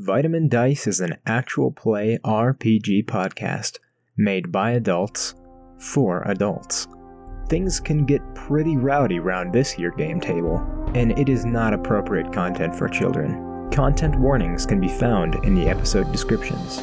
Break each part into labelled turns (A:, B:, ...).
A: Vitamin Dice is an actual play RPG podcast made by adults for adults. Things can get pretty rowdy round this here game table, and it is not appropriate content for children. Content warnings can be found in the episode descriptions.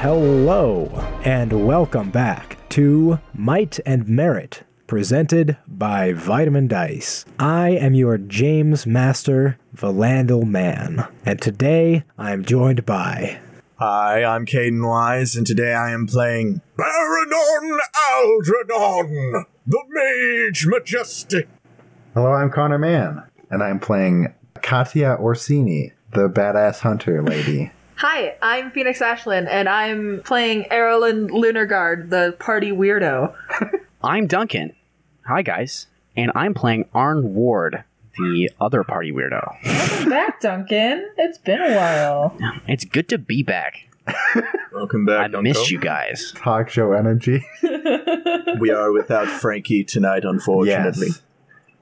A: Hello, and welcome back to Might and Merit, presented by Vitamin Dice. I am your James Master Valandal Man, and today I am joined by
B: Hi, I'm Caden Wise, and today I am playing Baradon Aldradon, the Mage Majestic.
C: Hello, I'm Connor Mann, and I'm playing Katia Orsini, the badass hunter lady.
D: Hi, I'm Phoenix Ashland, and I'm playing Erolyn Lunarguard, the party weirdo.
E: I'm Duncan. Hi, guys. And I'm playing Arn Ward, the other party weirdo.
F: back, Duncan. It's been a while.
E: It's good to be back.
B: Welcome back,
E: I missed you guys.
C: Talk show energy.
B: We are without Frankie tonight, unfortunately.
C: Yes.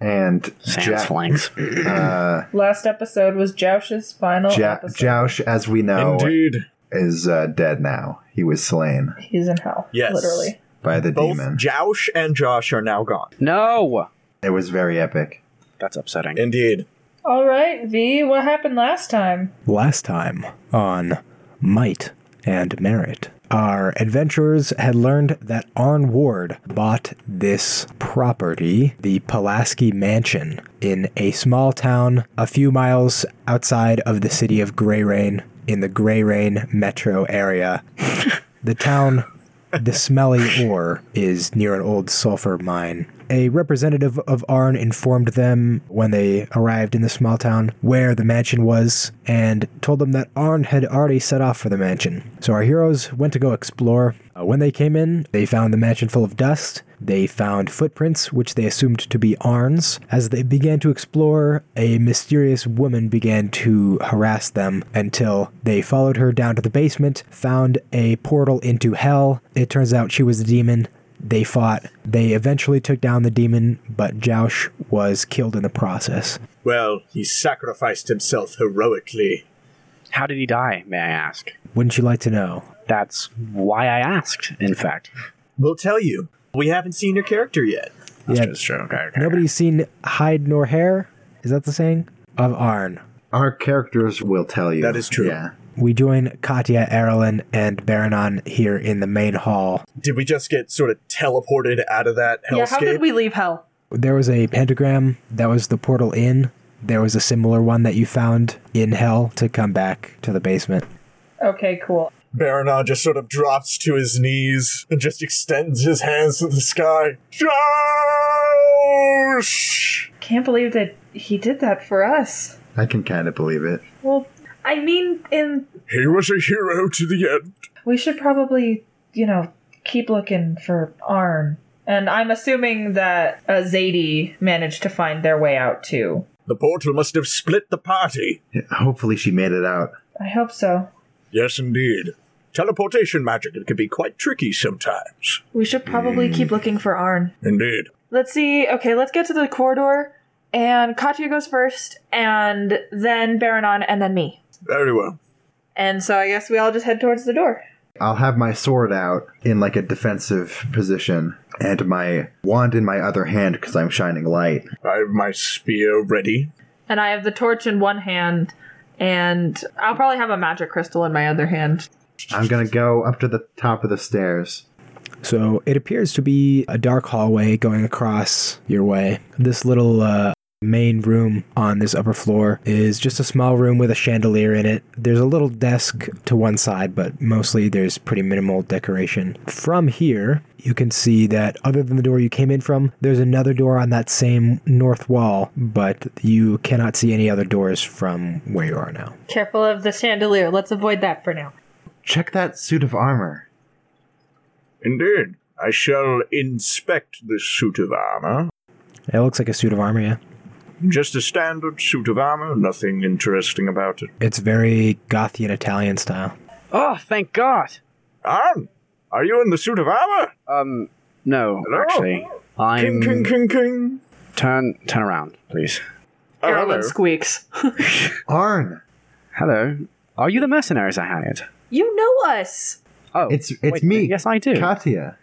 C: And
E: Sans
C: Ja-
E: flanks.
C: uh,
F: Last episode was Joush's
D: Oh,
F: final
C: ja-
F: episode.
C: Joush, as we know,
B: Indeed.
C: is uh, dead now. He was slain
F: He's in hell.
B: Yes.
F: Literally.
C: by the
B: Both
C: demon.
B: Joush and Josh are now gone.
E: No!
C: it was very epic.
E: That's upsetting.
B: Indeed.
F: All right, V, what happened last time?
A: Last time on Might and Merit, our adventurers had learned that Arn Ward bought this property, the Pulaski Mansion, in a small town a few miles outside of the city of Grey Rain in the Grey Rain metro area. the town the smelly ore is near an old sulfur mine. A representative of Arn informed them when they arrived in the small town where the mansion was and told them that Arn had already set off for the mansion. So our heroes went to go explore. Uh, when they came in, they found the mansion full of dust. They found footprints, which they assumed to be Arn's. As they began to explore, a mysterious woman began to harass them until they followed her down to the basement, found a portal into hell. It turns out she was a demon. They fought. They eventually took down the demon, but Joush was killed in the process.
B: Well, he sacrificed himself heroically.
E: How did he die, may I ask?
A: Wouldn't you like to know?
E: That's why I asked, in fact.
B: We'll tell you. We haven't seen your character yet.
E: That's
A: Yeah.
E: just true. Okay, okay.
A: Nobody's seen hide nor hair. Is that the saying? Of Arn.
C: Our characters will tell you.
B: That is true.
C: Yeah.
A: We join Katya, Erlin, and Baranon here in the main hall.
B: Did we just get sort of teleported out of that hellscape?
D: Yeah, how did we leave hell?
A: There was a pentagram that was the portal in. There was a similar one that you found in hell to come back to the basement.
F: Okay, cool.
B: Baronon just sort of drops to his knees and just extends his hands to the sky. Josh!
F: Can't believe that he did that for us.
C: I can kind of believe it.
F: Well, I mean, in
B: He was a hero to the end.
F: we should probably, you know, keep looking for Arn. And I'm assuming that uh, Zadie managed to find their way out too.
B: The portal must have split the party.
C: Hopefully, she made it out.
F: I hope so.
B: Yes, indeed. Teleportation magic it can be quite tricky sometimes.
F: We should probably
B: Mm.
F: keep looking for Arn.
B: Indeed.
D: Let's see. Okay, let's get to the corridor, and Katya goes first, and then Baranon, and then me.
B: Very well.
D: And so I guess we all just head towards the door.
C: I'll have my sword out in like a defensive position and my wand in my other hand because I'm shining light.
B: I have my spear ready.
D: And I have the torch in one hand, and I'll probably have a magic crystal in my other hand.
C: I'm gonna go up to the top of the stairs.
A: So it appears to be a dark hallway going across your way. This little uh, main room on this upper floor is just a small room with a chandelier in it. There's a little desk to one side, but mostly there's pretty minimal decoration. From here, you can see that other than the door you came in from, there's another door on that same north wall, but you cannot see any other doors from where you are now.
D: Careful of the chandelier. Let's avoid that for now.
C: Check that suit of armor.
B: Indeed. I shall inspect this suit of armor.
A: It looks like a suit of armor, yeah.
B: Just a standard suit of armor, nothing interesting about it.
A: It's very Gothian Italian style.
E: Oh, thank God.
B: Arn, are you in the suit of armor?
E: Um, no,
B: Hello?
E: actually,
B: King,
E: I'm
B: king, king, king.
E: turn turn around, please.
B: Oh, hello.
D: Carolyn squeaks.
C: Arn,
E: Hello, are you the mercenaries I hired?
D: you know us.
E: Oh,
C: it's it's
E: wait,
C: me.
E: Yes, I do.
C: Katya.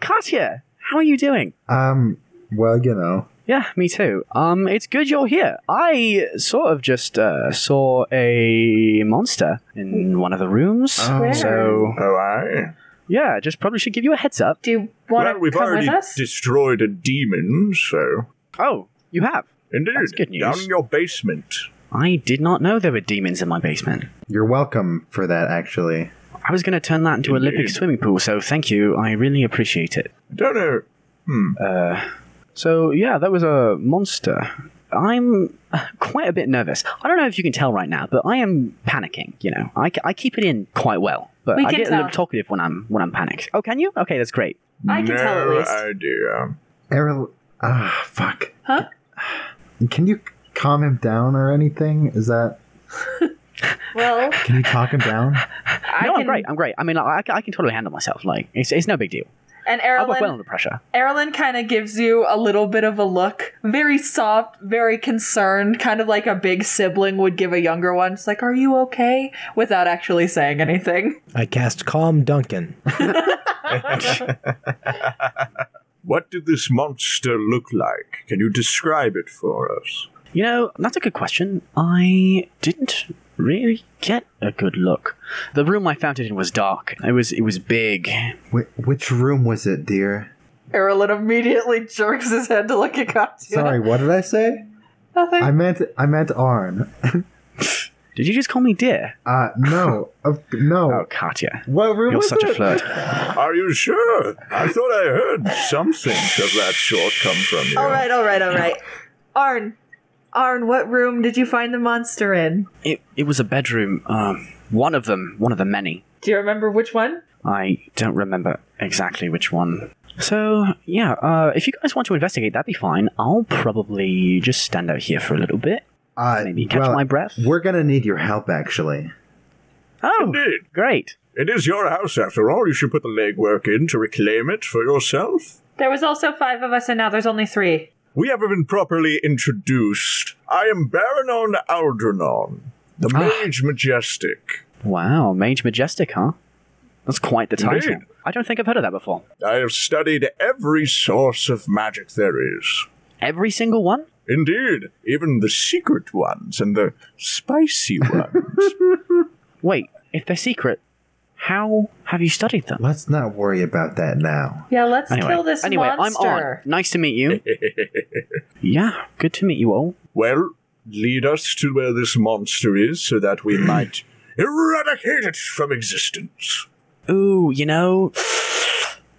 E: Katya, how are you doing?
C: Um. Well, you know.
E: Yeah, me too. Um, it's good you're here. I sort of just uh, saw a monster in one of the rooms.
C: Oh.
E: So
B: Oh, aye.
E: yeah, just probably should give you a heads up.
D: Do you want
B: well,
D: to
B: we've
D: come
B: already
D: with us?
B: destroyed a demon, so.
E: Oh, you have.
B: Indeed.
E: That's good news.
B: Down in your basement.
E: I did not know there were demons in my basement.
C: You're welcome for that. Actually,
E: I was going to turn that into an Olympic
B: Indeed.
E: swimming pool. So thank you. I really appreciate it.
B: I don't know.
E: So yeah, that was a monster. I'm uh, quite a bit nervous. I don't know if you can tell right now, but I am panicking. You know, I, c- I keep it in quite well, but
D: We
E: I
D: can
E: get a little
D: tell.
E: talkative when I'm when I'm panicked. Oh, can you? Okay, that's great.
D: I can
B: no
D: tell at least.
B: idea.
C: Errol. Ah, fuck.
D: Huh?
C: Can you calm him down or anything? Is that?
D: Well,
C: Can you talk him down?
D: I
E: no,
D: can.
E: I'm great. I'm great. I mean, I, I can- I can totally handle myself. Like, it's, it's no big deal.
D: And
E: I'll work well
D: Erlen,
E: under pressure.
D: Erlen kind of gives you a little bit of a look, very soft, very concerned, kind of like a big sibling would give a younger one. It's like, "Are you okay?" without actually saying anything.
A: I cast Calm Duncan.
B: What did this monster look like? Can you describe it for us?
E: You know, that's a good question. I didn't really get a good look. The room I found it in was dark. It was it was big.
C: Wh- which room was it, dear?
D: Erlen immediately jerks his head to look at Katya.
C: Sorry, what did I say?
D: nothing.
C: I meant I meant Arn.
E: Did you just call me dear?
C: Uh, no, of no.
E: Oh, Katya,
C: What room
E: you're
C: was
E: such a
C: it?
E: flirt.
B: Are you sure? I thought I heard something of that sort come from you.
D: All right, all right, all right. Arn, Arn, what room did you find the monster in?
E: It it was a bedroom. Um, one of them, one of the many.
F: Do you remember which one?
E: I don't remember exactly which one. So yeah, uh, if you guys want to investigate, that'd be fine. I'll probably just stand out here for a little bit.
C: Uh,
E: Maybe catch
C: well,
E: my breath.
C: We're gonna need your help, actually.
E: Oh,
B: Indeed.
E: great.
B: It is your house, after all. You should put the legwork in to reclaim it for yourself.
D: There was also five of us, and now there's only three.
B: We haven't been properly introduced. I am Baronon Aldranon, the Mage Majestic.
E: Wow, Mage Majestic, huh? That's quite the title.
B: Indeed.
E: I don't think I've heard of that before.
B: I have studied every source of magic there is.
E: Every single one?
B: Indeed, even the secret ones and the spicy ones.
E: Wait, if they're secret, how have you studied them?
C: Let's not worry about that now.
D: Yeah, let's
E: Anyway,
D: kill this
E: anyway, I'm on.
D: monster.
E: Nice to meet you. yeah, good to meet you all.
B: well, lead us to where this monster is so that we might eradicate it from existence.
E: Ooh, you know,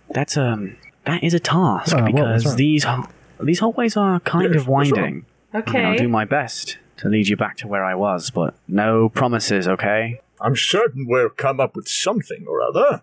E: that's um, that is a task
A: Uh, what was
E: because
A: wrong?
E: these ho- these hallways are kind
B: Yes,
E: of
B: what's wrong?
E: winding. I mean, I'll do
D: Okay.
E: my best to lead you back to where I was, but no promises, okay?
B: I'm certain we'll come up with something or other.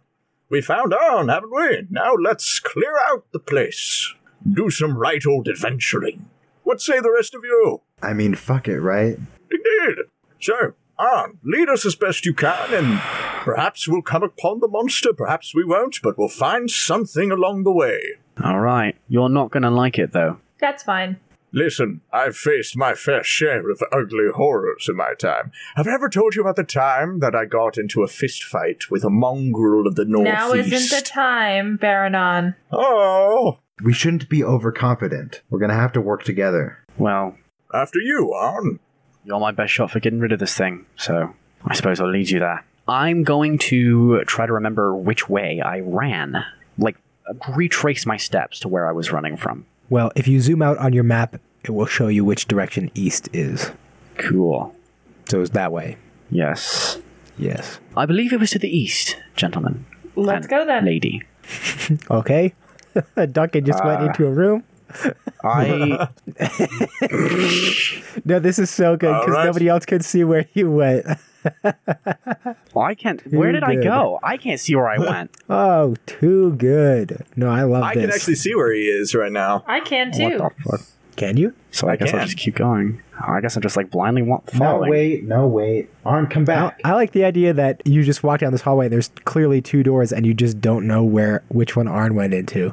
B: We found on, haven't we? Now let's clear out the place. Do some right old adventuring. What say the rest of you?
C: I mean, fuck it, right?
B: Indeed. So, on, lead us as best you can, and perhaps we'll come upon the monster, perhaps we won't, but we'll find something along the way.
E: All right, you're not gonna like it though.
D: That's fine.
B: Listen, I've faced my fair share of ugly horrors in my time. Have I ever told you about the time that I got into a fist fight with a mongrel of the northeast?
D: Now isn't the time, Baronon.
B: Oh,
C: We shouldn't be overconfident. We're gonna have to work together.
E: Well,
B: after you, Arn.
E: You're my best shot for getting rid of this thing, so I suppose I'll lead you there. I'm going to try to remember which way I ran, like retrace my steps to where I was running from.
A: Well, if you zoom out on your map, it will show you which direction east is.
E: Cool.
A: So it's that way.
E: Yes.
A: Yes.
E: I believe it was to the east, gentlemen.
D: Let's
E: and
D: go then.
E: Lady.
A: Okay. Duncan just went into a room.
E: I
A: No, this is so good because
B: Alright.
A: nobody else could see where you went.
E: I can't where
A: You
E: did I
A: did.
E: go? I can't see where I went.
A: Oh, too good. No, I love
G: I
A: this.
G: can actually see where he is right now.
D: I can too.
E: fuck?
A: Can you?
E: So I,
B: I
E: guess I'll
B: can.
E: just keep going. I guess I'm just like blindly wa-
G: No,
E: following.
G: wait, no, wait. Arn, come
A: I,
G: back.
A: I like the idea that you just walk down this hallway. There's clearly two doors, and you just don't know where which one Arn went into.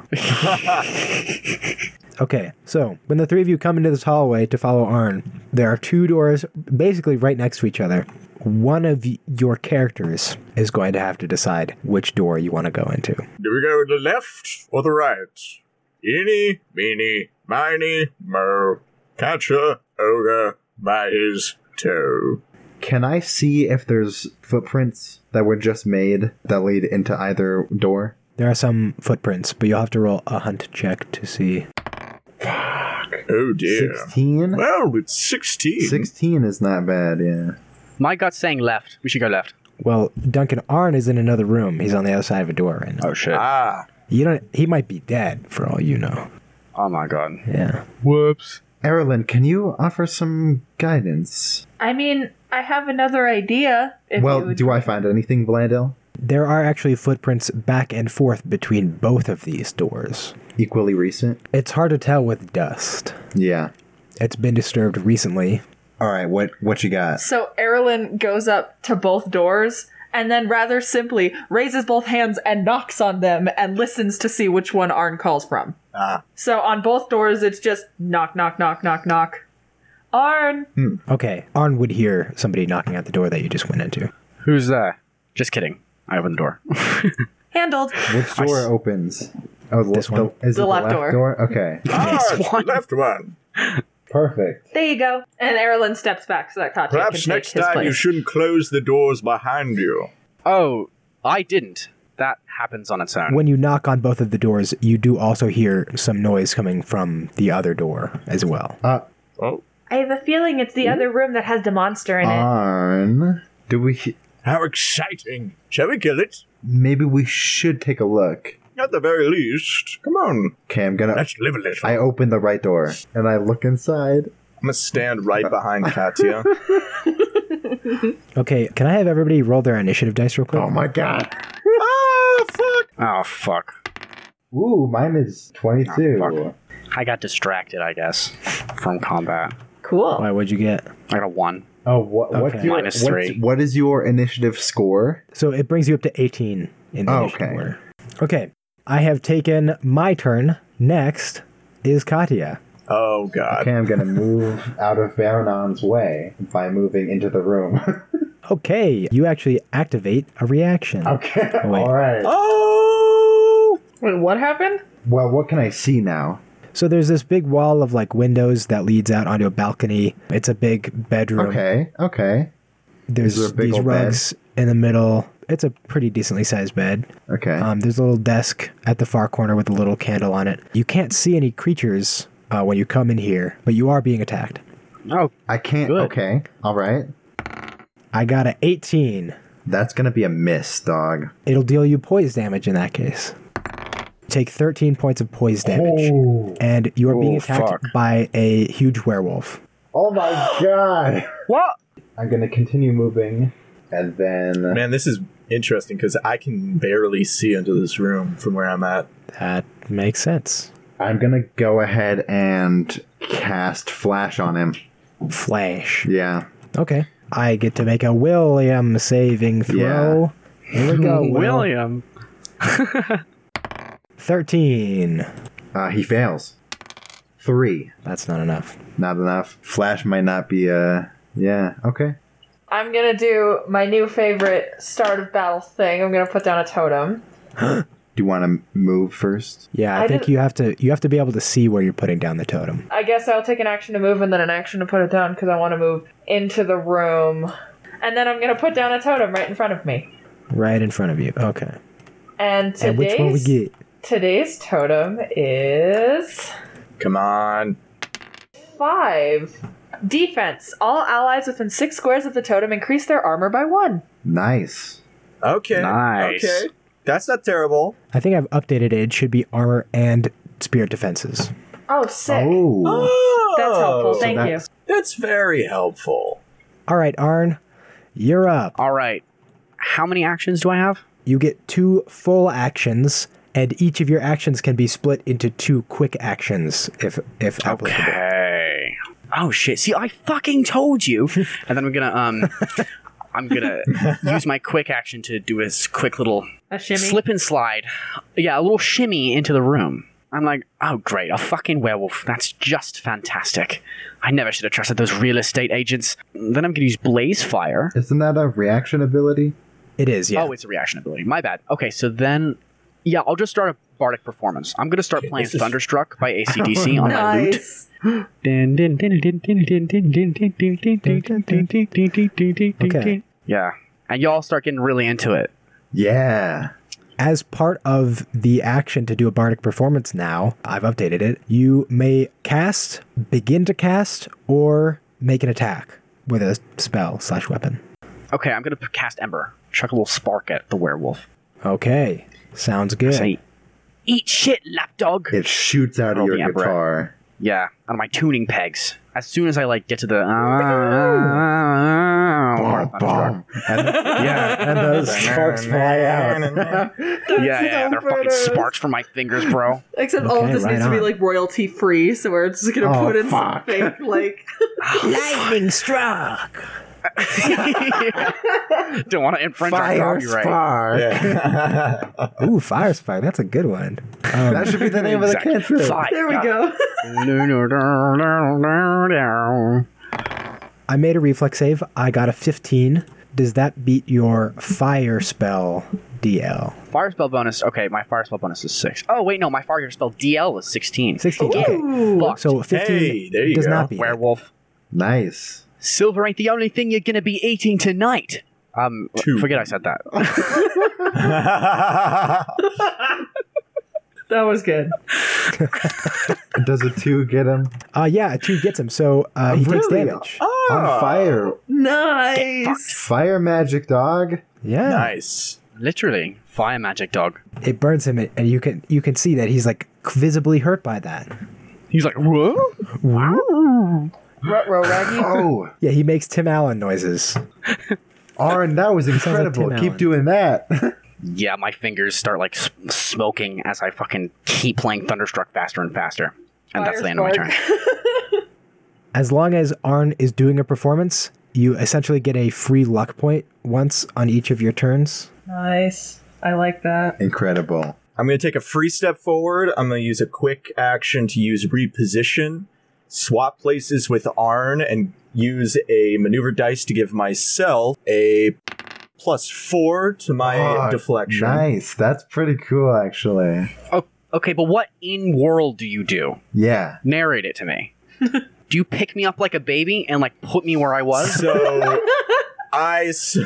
A: okay, so when the three of you come into this hallway to follow Arn, there are two doors basically right next to each other. One of y- your characters is going to have to decide which door you want to go into.
B: Do we go to the left or the right? Eeny, meeny, miny, mo. Catch a ogre by his toe.
C: Can I see if there's footprints that were just made that lead into either door?
A: There are some footprints, but you'll have to roll a hunt check to see.
B: Oh dear.
C: 16?
B: Well, it's 16.
C: 16 is not bad, yeah.
E: My gut's saying left. We should go left.
A: Well, Duncan Arn is in another room. He's on the other side of a door right now.
E: Oh shit.
B: Ah,
A: You don't. He might be dead for all you know.
E: oh my god.
A: Yeah.
E: Whoops.
C: Erlyn, can you offer some guidance?
F: I mean, I have another idea. If
C: well,
F: you would-
C: do I find anything, Blandel?
A: There are actually footprints back and forth between both of these doors.
C: Equally recent?
A: It's hard to tell with dust.
C: Yeah.
A: It's been disturbed recently.
C: All right, what what you got?
D: So Erlyn goes up to both doors and then rather simply raises both hands and knocks on them and listens to see which one Arn calls from.
B: Ah.
D: So on both doors, it's just knock, knock, knock, knock, knock. Arn!
A: Okay, Arn would hear somebody knocking at the door that you just went into.
E: Who's there? Just kidding. I opened the door.
D: Handled.
C: Which door
E: s-
C: opens? Oh, the,
A: This
C: the-
A: one.
C: is
D: The
C: it
D: left
C: the
D: door.
C: left door. Okay.
B: ah left one.
G: Perfect.
D: There you go. And Erlyn steps back so that Katya
B: Perhaps
D: can take
B: next
D: his
B: time
D: place.
B: you shouldn't close the doors behind you.
E: oh, I didn't. That happens on its own.
A: When you knock on both of the doors, you do also hear some noise coming from the other door as well.
C: Uh,
F: I have a feeling it's the
A: Hmm?
F: other room that has the monster in
A: Ah.
F: it.
C: Arn, do we
B: How exciting! Shall we kill it?
C: maybe we should take a look.
B: At the very least. Come on,
C: Okay, I'm going to
B: let's live a little.
C: I open the right door and I look inside.
B: I'm gonna stand right behind Katya.
A: Okay, can I have everybody roll their initiative dice real quick?
C: Oh my god.
B: ah, fuck!
E: oh fuck.
G: Ooh, mine is 22.
C: Oh,
E: Ah, I got distracted, I guess, from combat.
D: Cool.
A: Why? What'd you get?
E: I got a one.
G: oh, what, what's
A: Okay.
G: your,
E: Minus
G: what's-
E: three.
C: What is your initiative score?
A: So it brings you up to 18 in the
C: Oh,
A: initiative
C: okay.
A: order. Okay, I have taken my turn. Next is Katya.
B: Oh god.
G: Okay, I'm gonna move out of Baronon's way by moving into the room.
A: Okay, you actually activate a reaction.
G: okay,
A: Oh, wait.
G: all right.
B: Oh!
D: Wait, what happened?
C: Well, what can I see now?
A: So there's this big wall of like windows that leads out onto a balcony. It's a big bedroom.
C: Okay, okay,
A: There's
C: Is there a big
A: these
C: old bed?
A: rugs in the middle. It's a pretty decently sized bed.
C: okay.
A: Um, there's a little desk at the far corner with a little candle on it. You can't see any creatures uh, when you come in here, but you are being attacked.
E: Oh,
C: I can't.
E: good.
C: Okay, all right.
A: I got a 18.
C: That's gonna be a miss, dog.
A: It'll deal you poise damage in that case. Take 13 points of poise damage.
G: Oh,
A: And you are being
E: Oh,
A: attacked
E: fuck.
A: by a huge werewolf.
G: oh my god!
E: what?
G: I'm gonna continue moving, and then
B: Man, this is interesting because I can barely see into this room from where I'm at.
A: That makes sense.
C: I'm gonna go ahead and cast flash on him.
A: Flash.
C: Yeah.
A: Okay. I get to make a William saving throw. Here we go. Will.
E: Mm, William.
A: 13.
C: Uh, he fails. Three.
A: That's not enough.
C: Not enough. Flash might not be uh Yeah. Okay.
D: I'm gonna do my new favorite start of battle thing. I'm gonna put down a totem.
C: Do you want to move first?
A: Yeah, I,
D: I
A: think
D: didn't-
A: you have to you have to be able to see where you're putting down the totem.
D: I guess I'll take an action to move and then an action to put it down because I want to move into the room. And then I'm gonna put down a totem right in front of me.
A: Right in front of you. Okay.
D: And today's
A: And which one we get?
D: today's totem is
B: Come on.
D: five. Defense. All allies within six squares of the totem increase their armor by one.
C: Nice.
B: Okay.
E: Nice.
B: Okay. That's not terrible.
A: I think I've updated it. It should be armor and spirit defenses.
D: Oh, sick.
C: Oh.
D: That's helpful.
B: Oh,
D: Thank you.
C: that's-
B: That's very helpful.
A: All right, Arn, you're up.
E: All right. How many actions do I have?
A: You get two full actions, and each of your actions can be split into two quick actions, if if applicable.
E: oh shit, see, I fucking told you. And then I'm gonna, um, I'm gonna use my quick action to do a s- quick little
F: A shimmy.
E: slip and slide. Yeah, a little shimmy into the room. I'm like, oh great, a fucking werewolf. That's just fantastic. I never should have trusted those real estate agents. Then I'm gonna use blaze fire.
C: Isn't that a reaction ability?
A: It is, yeah.
E: Oh, it's a reaction ability. My bad. Okay, so then, yeah, I'll just start a bardic performance. I'm gonna start playing
B: this is-
E: Thunderstruck by ACDC on my lute.
F: Nice.
A: Okay.
E: Yeah. And y'all start getting really into it.
C: Yeah.
A: As part of the action to do a bardic performance now, I've updated it. You may cast, begin to cast, or make an attack with a spell slash weapon.
E: Okay, I'm gonna p- cast Ember. Chuck a little spark at the werewolf.
A: Okay, sounds good.
E: Say, eat shit, lapdog.
C: It shoots out of
E: Oh,
C: your
E: the Emperor.
C: guitar.
E: Yeah, out of my tuning pegs. As soon as I like get to the, uh, yeah,
C: And those sparks fly out.
E: yeah, yeah, they're fucking sparks from my fingers, bro.
D: Except all of
A: Okay,
D: this
A: right
D: needs to be
A: on.
D: like royalty free, so we're just gonna
C: Oh,
D: put in some
C: fuck.
D: fake like
A: Lightning struck.
E: Don't want to infringe on
C: Fire
E: copyright.
C: spark.
A: Ooh, fire spike. That's a good one. Um,
C: That should be the name
E: Exactly.
C: of the cantrip.
E: Fire.
D: there we go.
A: I made a reflex save. I got a 15. Does that beat your fire spell DL?
E: Fire spell bonus. Okay, my fire spell bonus is six. Oh wait, no, my fire spell DL is sixteen.
A: 16. Okay.
E: Fuck.
A: So 15
B: Hey, there you
A: does
B: go.
A: not beat. it.
E: werewolf.
C: Nice.
E: Silver ain't the only thing you're gonna be eating tonight. Um,
B: Two.
E: forget I said that.
F: That was good.
C: Does a two get him?
A: Uh, yeah, a 2 gets him. So uh, he takes
C: Really?
A: damage.
C: On fire.
D: Nice.
C: Fire magic dog.
A: Yeah.
B: nice.
E: Literally, fire magic dog.
A: It burns him and you can you can see that he's like visibly hurt by that.
E: He's like, whoa.
F: Rutro Raggy.
C: Oh,
A: Yeah, he makes Tim Allen noises.
C: Arn, that was incredible.
A: Tim
C: Keep
A: Allen.
C: doing that.
E: Yeah, my fingers start like s- smoking as I fucking keep playing thunderstruck faster and faster. And that's the end of my turn.
A: As long as Arn is doing a performance, you essentially get a free luck point once on each of your turns.
F: Nice. I like that.
C: Incredible.
B: I'm going to take a free step forward. I'm going to use a quick action to use reposition, swap places with Arn, and use a maneuver dice to give myself a plus four to my
C: Oh,
B: deflection.
C: Nice. That's pretty cool, actually.
E: Oh, okay, but what in world do you do?
C: Yeah.
E: Narrate it to me. do you pick me up like a baby and like put me where I was?
B: So I, s-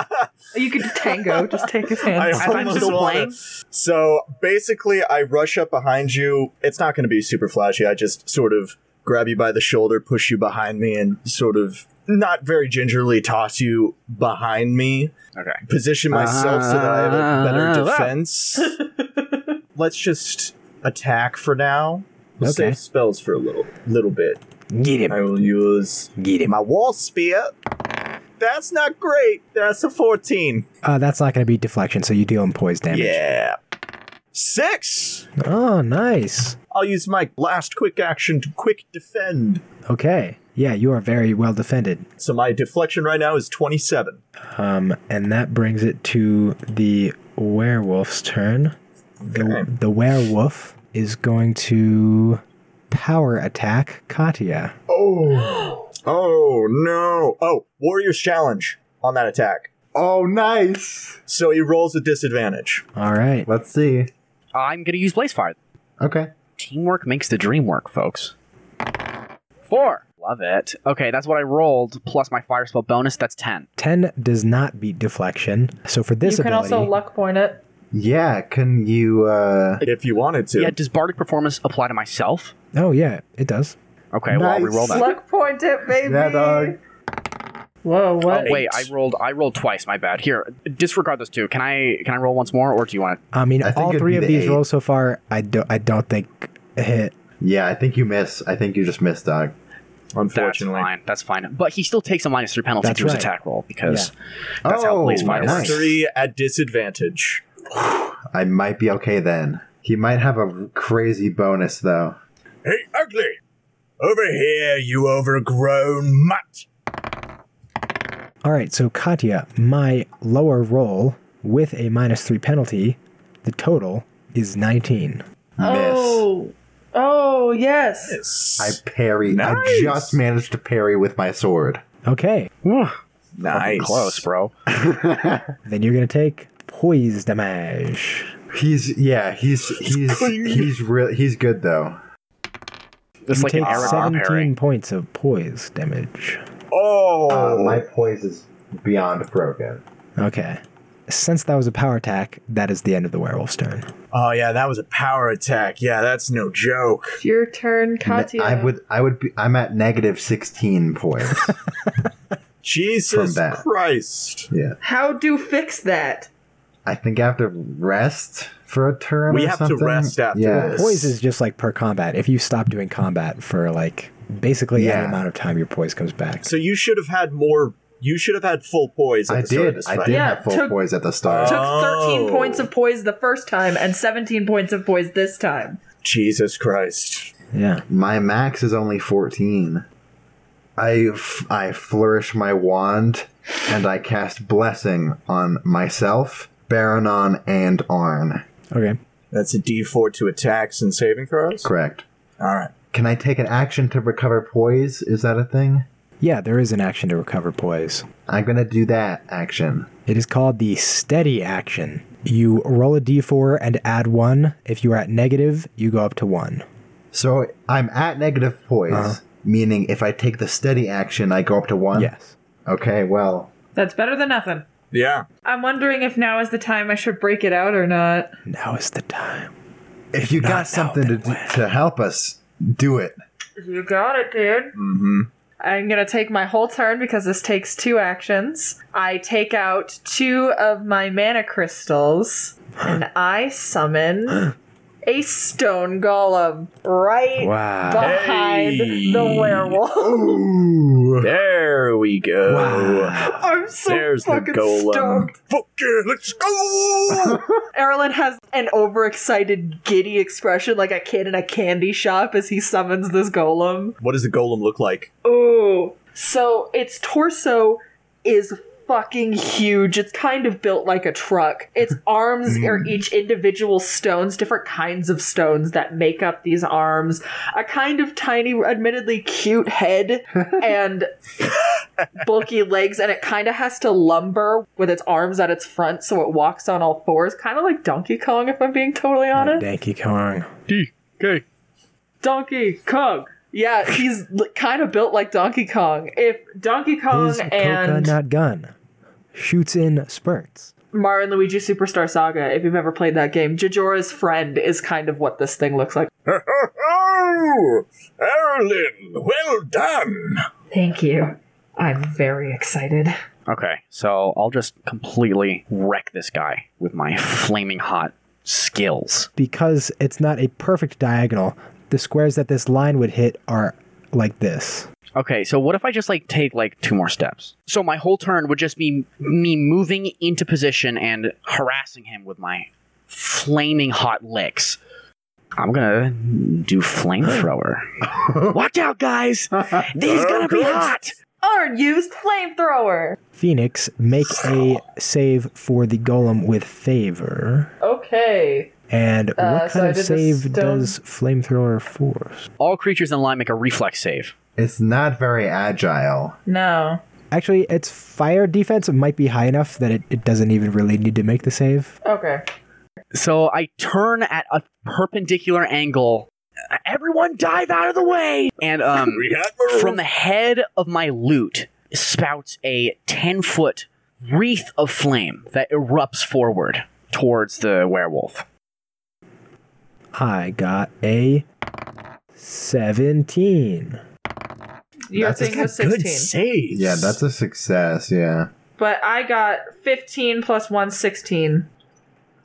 D: You could
F: Tango, just take his
B: I
F: hands.
E: I'm
B: almost
E: still
B: wanna-
E: playing?
B: So basically, I rush up behind you. It's not going to be super flashy. I just sort of grab you by the shoulder, push you behind me, and sort of not very gingerly toss you behind me.
E: Okay.
B: position myself so that I have a
E: Ah.
B: better defense. Let's just attack for now. We'll
A: Okay.
B: Save spells for a little little bit.
A: Get
B: I will use
A: Get
B: my wall spear. That's not great. That's a fourteen.
A: Uh, that's not going to be deflection, so you deal him poise damage.
B: Yeah. Six.
A: Oh, nice.
B: I'll use my last quick action to quick defend.
A: Okay. Yeah, you are very well defended.
B: So my deflection right now is twenty-seven.
A: Um, and that brings it to the werewolf's turn. The,
B: Okay.
A: the werewolf is going to power attack Katya.
B: Oh. oh no. Oh, warrior's challenge on that attack.
C: Oh, nice.
B: So he rolls with disadvantage.
A: All right.
C: Let's see.
E: I'm gonna use blaze fire.
C: Okay.
E: Teamwork makes the dream work, folks. Four. Love it. Okay, that's what I rolled, plus my fire spell bonus. That's ten.
A: 10 does not beat deflection. So for
F: You
A: this
F: can
A: ability,
F: also luck point it.
C: Yeah. Can you, uh,
B: If you wanted to.
E: Yeah, does bardic performance apply to myself?
A: Oh, yeah, it does.
E: Okay, well I'll
C: Nice.
E: reroll that.
F: Luck point it, baby.
C: yeah, dog.
F: Whoa,
E: Oh
F: what?
E: wait, I rolled I rolled twice, my bad. Here, disregard those two. Can I can I roll once more or do you want to
A: I mean,
C: I think
A: all
C: it'd
A: three
C: be
A: of
C: the
A: these
C: eight.
A: rolls so far, I don't, I don't think hit.
C: Yeah, I think you miss. I think you just missed, dog.
E: That's fine. That's fine. But he still takes a minus three penalty
A: That's
E: to his
A: right.
E: attack roll because that's
C: Oh,
E: how blaze fire
C: nice.
E: works.
B: Three at disadvantage.
C: I might be okay then. He might have a crazy bonus, though.
B: Hey, ugly! Over here, you overgrown mutt!
A: All right, so Katya, my lower roll with a minus three penalty, the total is 19.
D: Oh, oh yes.
C: I parry. I
B: Nice.
C: just managed to parry with my sword.
A: Okay,
E: Whew,
B: nice.
E: close, bro.
A: then you're going to take poise damage.
C: He's yeah. He's he's he's real. He's good though.
E: It's
A: you
E: like an
A: take
E: Eric R.
A: 17
E: Perry.
A: points of poise damage.
B: Oh!
H: Uh, my poise is beyond broken.
A: Okay. Since that was a power attack, that is the end of the werewolf's turn.
B: oh, yeah, that was a power attack. Yeah, that's no joke.
D: It's your turn, Katya.
C: I would I would be. I'm at negative sixteen points.
B: Jesus
C: From that.
B: Christ.
C: yeah.
D: How do fix that?
C: I think I have to rest for a turn.
B: We
C: or
B: have to
C: something.
B: rest after
C: Yeah.
B: this.
A: Poise is just like per combat. If you stop doing combat for like basically any
C: Yeah.
A: amount of time, your poise comes back.
B: So you should have had more. You should have had full poise. At
C: I
B: the Start of
C: did.
B: this
C: I
B: fight.
C: did
D: Yeah,
C: have full
D: took-
C: poise at the start.
B: Uh,
D: Took
B: Oh.
D: 13 points of poise the first time and 17 points of poise this time.
B: Jesus Christ.
A: Yeah.
C: My max is only 14. I, f- I flourish my wand and I cast Blessing on myself, Baronon, and Arn.
A: Okay.
B: That's a D4 to attacks and saving throws.
C: Correct.
B: All right.
C: Can I take an action to recover poise? Is that a thing?
A: Yeah, there is an action to recover poise.
C: I'm going to do that action.
A: It is called the steady action. You roll a d4 and add one. If you are at negative, you go up to one.
C: So I'm at negative poise,
B: Uh-huh.
C: meaning if I take the steady action, I go up to one?
A: Yes.
C: Okay, well,
D: That's better than nothing.
B: Yeah.
D: I'm wondering if now is the time I should break it out or not.
A: Now is the time.
C: if you
A: not now,
C: got something to,
A: then
C: do, to help us, do it.
D: You got it, dude.
B: Mm-hmm.
D: I'm gonna take my whole turn because this takes two actions. I take out two of my mana crystals and I summon a stone golem right
A: Wow.
D: behind
B: Hey.
D: the werewolf.
C: Ooh.
B: There we go.
A: Wow.
D: I'm so
B: There's the
D: fucking
B: golem.
D: stoked.
B: Fuck yeah, let's go!
D: Erlen has an overexcited, giddy expression like a kid in a candy shop as he summons this golem.
B: what does the golem look like?
D: Ooh. So its torso is fucking huge. It's kind of built like a truck. Its arms are each individual stones, different kinds of stones that make up these arms. A kind of tiny, admittedly cute head and bulky legs, and it kind of has to lumber with its arms at its front so it walks on all fours. Kind of like Donkey Kong, if I'm being totally honest.
A: Danky Kong.
E: Okay.
D: Donkey Kong. Yeah, he's l- kind of built like Donkey Kong. If Donkey Kong
A: His
D: and
A: coconut gun shoots in spurts.
D: Mario and Luigi Superstar Saga, if you've ever played that game, Jajora's friend is kind of what this thing looks like.
B: Oh, Erlin, well done.
D: Thank you. I'm very excited.
E: Okay, so I'll just completely wreck this guy with my flaming hot skills.
A: Because it's not a perfect diagonal, the squares that this line would hit are like this.
E: Okay, so what if I just like take like two more steps? So my whole turn would just be me moving into position and harassing him with my flaming hot licks. I'm gonna do flamethrower. Watch out, guys! This is gonna be hot.
D: Arn used flamethrower!
A: Phoenix, make a save for the golem with favor.
D: Okay.
A: And
D: Uh,
A: what
D: so
A: kind
D: I
A: of
D: did the
A: save
D: stone-
A: does flamethrower force?
E: All creatures in line make a reflex save.
C: It's not very agile.
D: No.
A: Actually, its fire defense might be high enough that it, it doesn't even really need to make the save.
D: Okay.
E: So I turn at a perpendicular angle. Everyone dive out of the way! And um
B: We had Maroon.
E: from the head of my lute spouts a 10 foot wreath of flame that erupts forward towards the werewolf.
A: I got a 17.
D: Your
C: That's
D: thing was
B: good
D: 16.
B: saves.
C: Yeah, that's a success. Yeah.
D: But I got 15 plus 1, 16.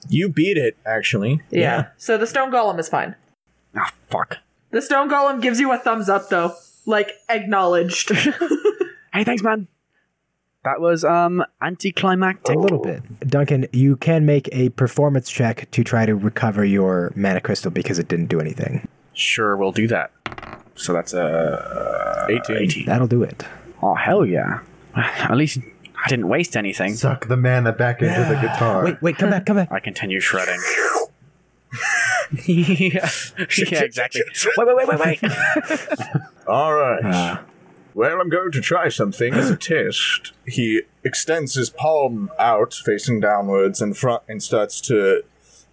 B: you beat it actually.
D: Yeah. So the stone golem is fine.
E: Ah, fuck.
D: The stone golem gives you a thumbs up, though. Like, acknowledged.
E: Hey, thanks, man. That was um anticlimactic.
A: A little bit. Duncan, you can make a performance check to try to recover your mana crystal because it didn't do anything.
E: Sure, we'll do that. So that's a
B: 18.
E: 18.
A: That'll do it.
E: Oh hell yeah! At least I didn't waste anything.
C: Suck the mana back into the guitar.
A: Wait, wait, come back, come back.
E: I continue shredding. yeah. yeah, exactly. Wait, wait, wait, wait, wait.
B: All right.
A: Ah.
B: well, I'm going to try something as a test. He extends his palm out, facing downwards, and front, and starts to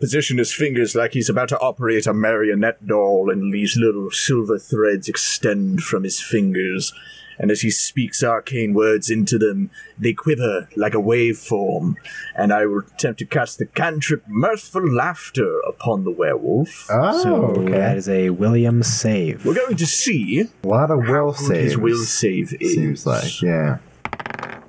B: position his fingers like he's about to operate a marionette doll, and these little silver threads extend from his fingers. And as he speaks arcane words into them, they quiver like a waveform. And I will attempt to cast the cantrip mirthful laughter upon the
C: Ah.
B: werewolf.
G: Oh,
A: so that
B: uh,
G: okay.
A: is a William save.
B: We're going to see
C: A lot of will
B: how good
C: saves.
B: his will save is.
C: seems like yeah.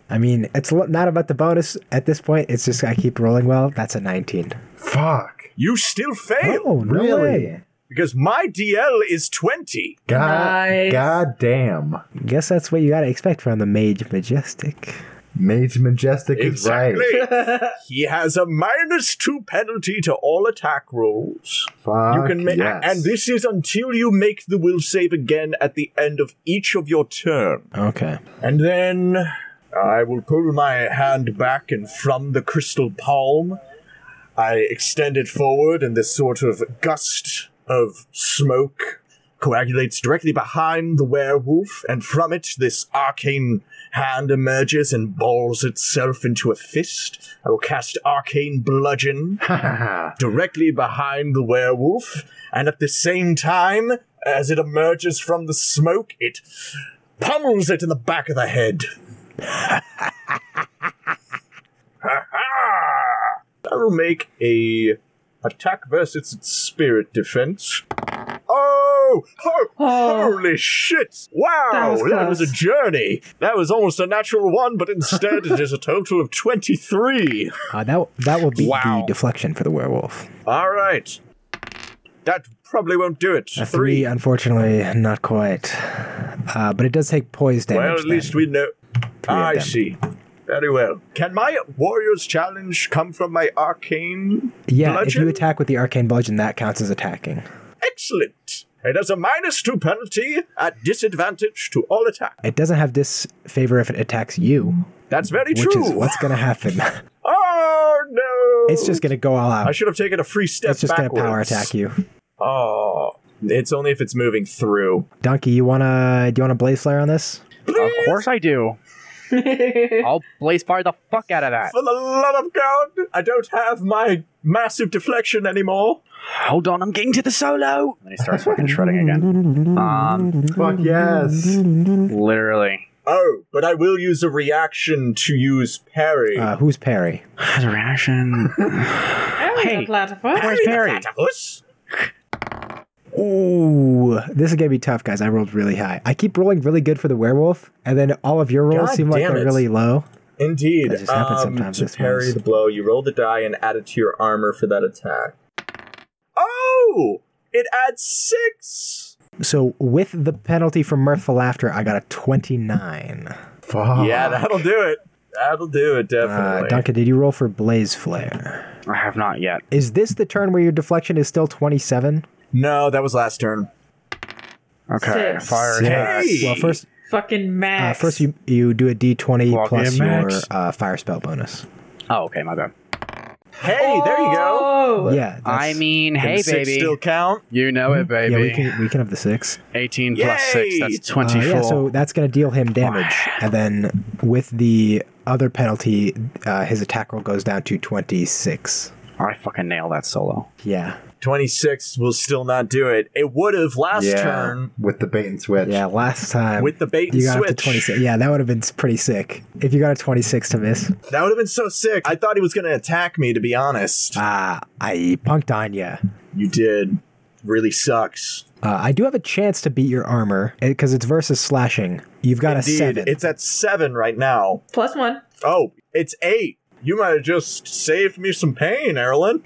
A: I mean, it's lo- not about the bonus at this point. It's just I keep rolling well. That's a 19.
C: Fuck.
B: You still fail
A: oh, no way.
C: Really?
B: because my DL is 20.
C: God.
D: Nice.
C: God damn.
A: Guess that's what you got to expect from the Mage Majestic.
C: Mage Majestic is right.
B: he has a minus two penalty to all attack rolls.
C: Fuck.
B: you can make,
C: Ah, yes.
B: and this is until you make the will save again at the end of each of your turn.
A: Okay.
B: And then I will pull my hand back and from the crystal palm, I extend it forward, and this sort of gust of smoke coagulates directly behind the werewolf, and from it, this arcane hand emerges and balls itself into a fist. I will cast Arcane Bludgeon directly behind the werewolf, and at the same time, as it emerges from the smoke, it pummels it in the back of the head. That'll make a attack versus its spirit defense. Oh, ho-
D: Oh.
B: holy shit! Wow,
D: That was
B: a
D: close.
B: journey. That was almost a natural one, but instead it is a total of twenty-three.
A: Uh, that that will be
B: Wow.
A: the deflection for the werewolf.
B: All right, that probably won't do it.
A: A three, unfortunately, not quite. Uh, but it does take poise damage.
B: Well, at least
A: then.
B: we know. I
A: them.
B: see. Very well. Can my warrior's challenge come from my arcane?
A: Yeah, if
B: bludgeon?
A: you attack with the arcane bludgeon, that counts as attacking.
B: Excellent. It has a minus two penalty at disadvantage to all attack.
A: It doesn't have disfavor if it attacks you,
B: That's very
A: which
B: true.
A: is what's going to happen.
B: Oh no!
A: it's just going to go all
B: I
A: out.
B: should have taken a free step.
A: It's just going to
B: backwards.
A: power attack you.
B: Oh, it's only if it's moving through.
A: Donkey, you wanna do you wanna blaze flare on this?
E: Of course I do. I'll blaze fire the fuck out of that.
B: For the love of God, I don't have my massive deflection anymore.
E: Hold on, I'm getting to the solo. And he starts fucking shredding again. Um,
C: Fuck yes.
E: literally.
B: Oh, but I will use a reaction to use parry.
A: Uh, who's Perry?
E: As a reaction. hey, where's Perry?
B: Platypus?
A: Ooh, this is gonna be tough, guys. I rolled really high. I keep rolling really good for the werewolf, and then all of your rolls
B: God
A: seem like
B: damn
A: they're
B: it.
A: really low.
B: Indeed.
A: That just happens
B: um,
A: sometimes,
B: To
A: this
B: parry
A: one's-
B: the blow, you roll the die and add it to your armor for that attack. Oh! It adds six!
A: So with the penalty for mirthful laughter, I got a twenty-nine.
C: Fuck.
B: Yeah, that'll do it. That'll do it,
A: Oh. Uh,
B: definitely.
A: Duncan, did you roll for blaze flare?
E: I have not yet.
A: Is this the turn where your deflection is still twenty-seven?
B: no, that was last turn.
E: Okay,
D: Six.
E: fire attack.
B: Hey!
A: Well, first,
D: Fucking
A: uh,
D: Max.
A: first you you do a D twenty
E: Walk
A: plus
E: in,
A: your
E: Max.
A: uh, fire spell bonus.
E: Oh, okay, my bad.
B: Hey, there you go.
D: Oh,
A: Yeah,
E: I
A: that's-
E: mean,
B: Can
E: hey,
B: the six
E: baby.
B: still count?
E: You know it, baby.
A: yeah, we can we can have the six.
E: 18 plus
B: Yay!
E: 6, that's
A: Uh,
E: 24.
A: yeah, so that's going to deal him damage, and then with the other penalty, uh, his attack roll goes down to twenty-six.
E: I fucking nail that solo.
A: Yeah,
B: 26 will still not do it. It would have last
C: Yeah,
B: turn
C: with the bait and switch.
A: yeah. Last time
B: with the bait and
A: you got
B: switch.
A: up to twenty-six. Yeah, that would have been s- pretty sick if you got a twenty-six to miss.
B: That would have been so sick. I thought he was going to attack me, to be honest.
A: Ah, I punked on ya.
B: You did. Really sucks.
A: Uh, I do have a chance to beat your armor because it's versus slashing. You've got a
B: Indeed,
A: seven.
B: it's at seven right now.
D: plus one.
B: Oh, it's eight. You might have just saved me some pain, Erlen.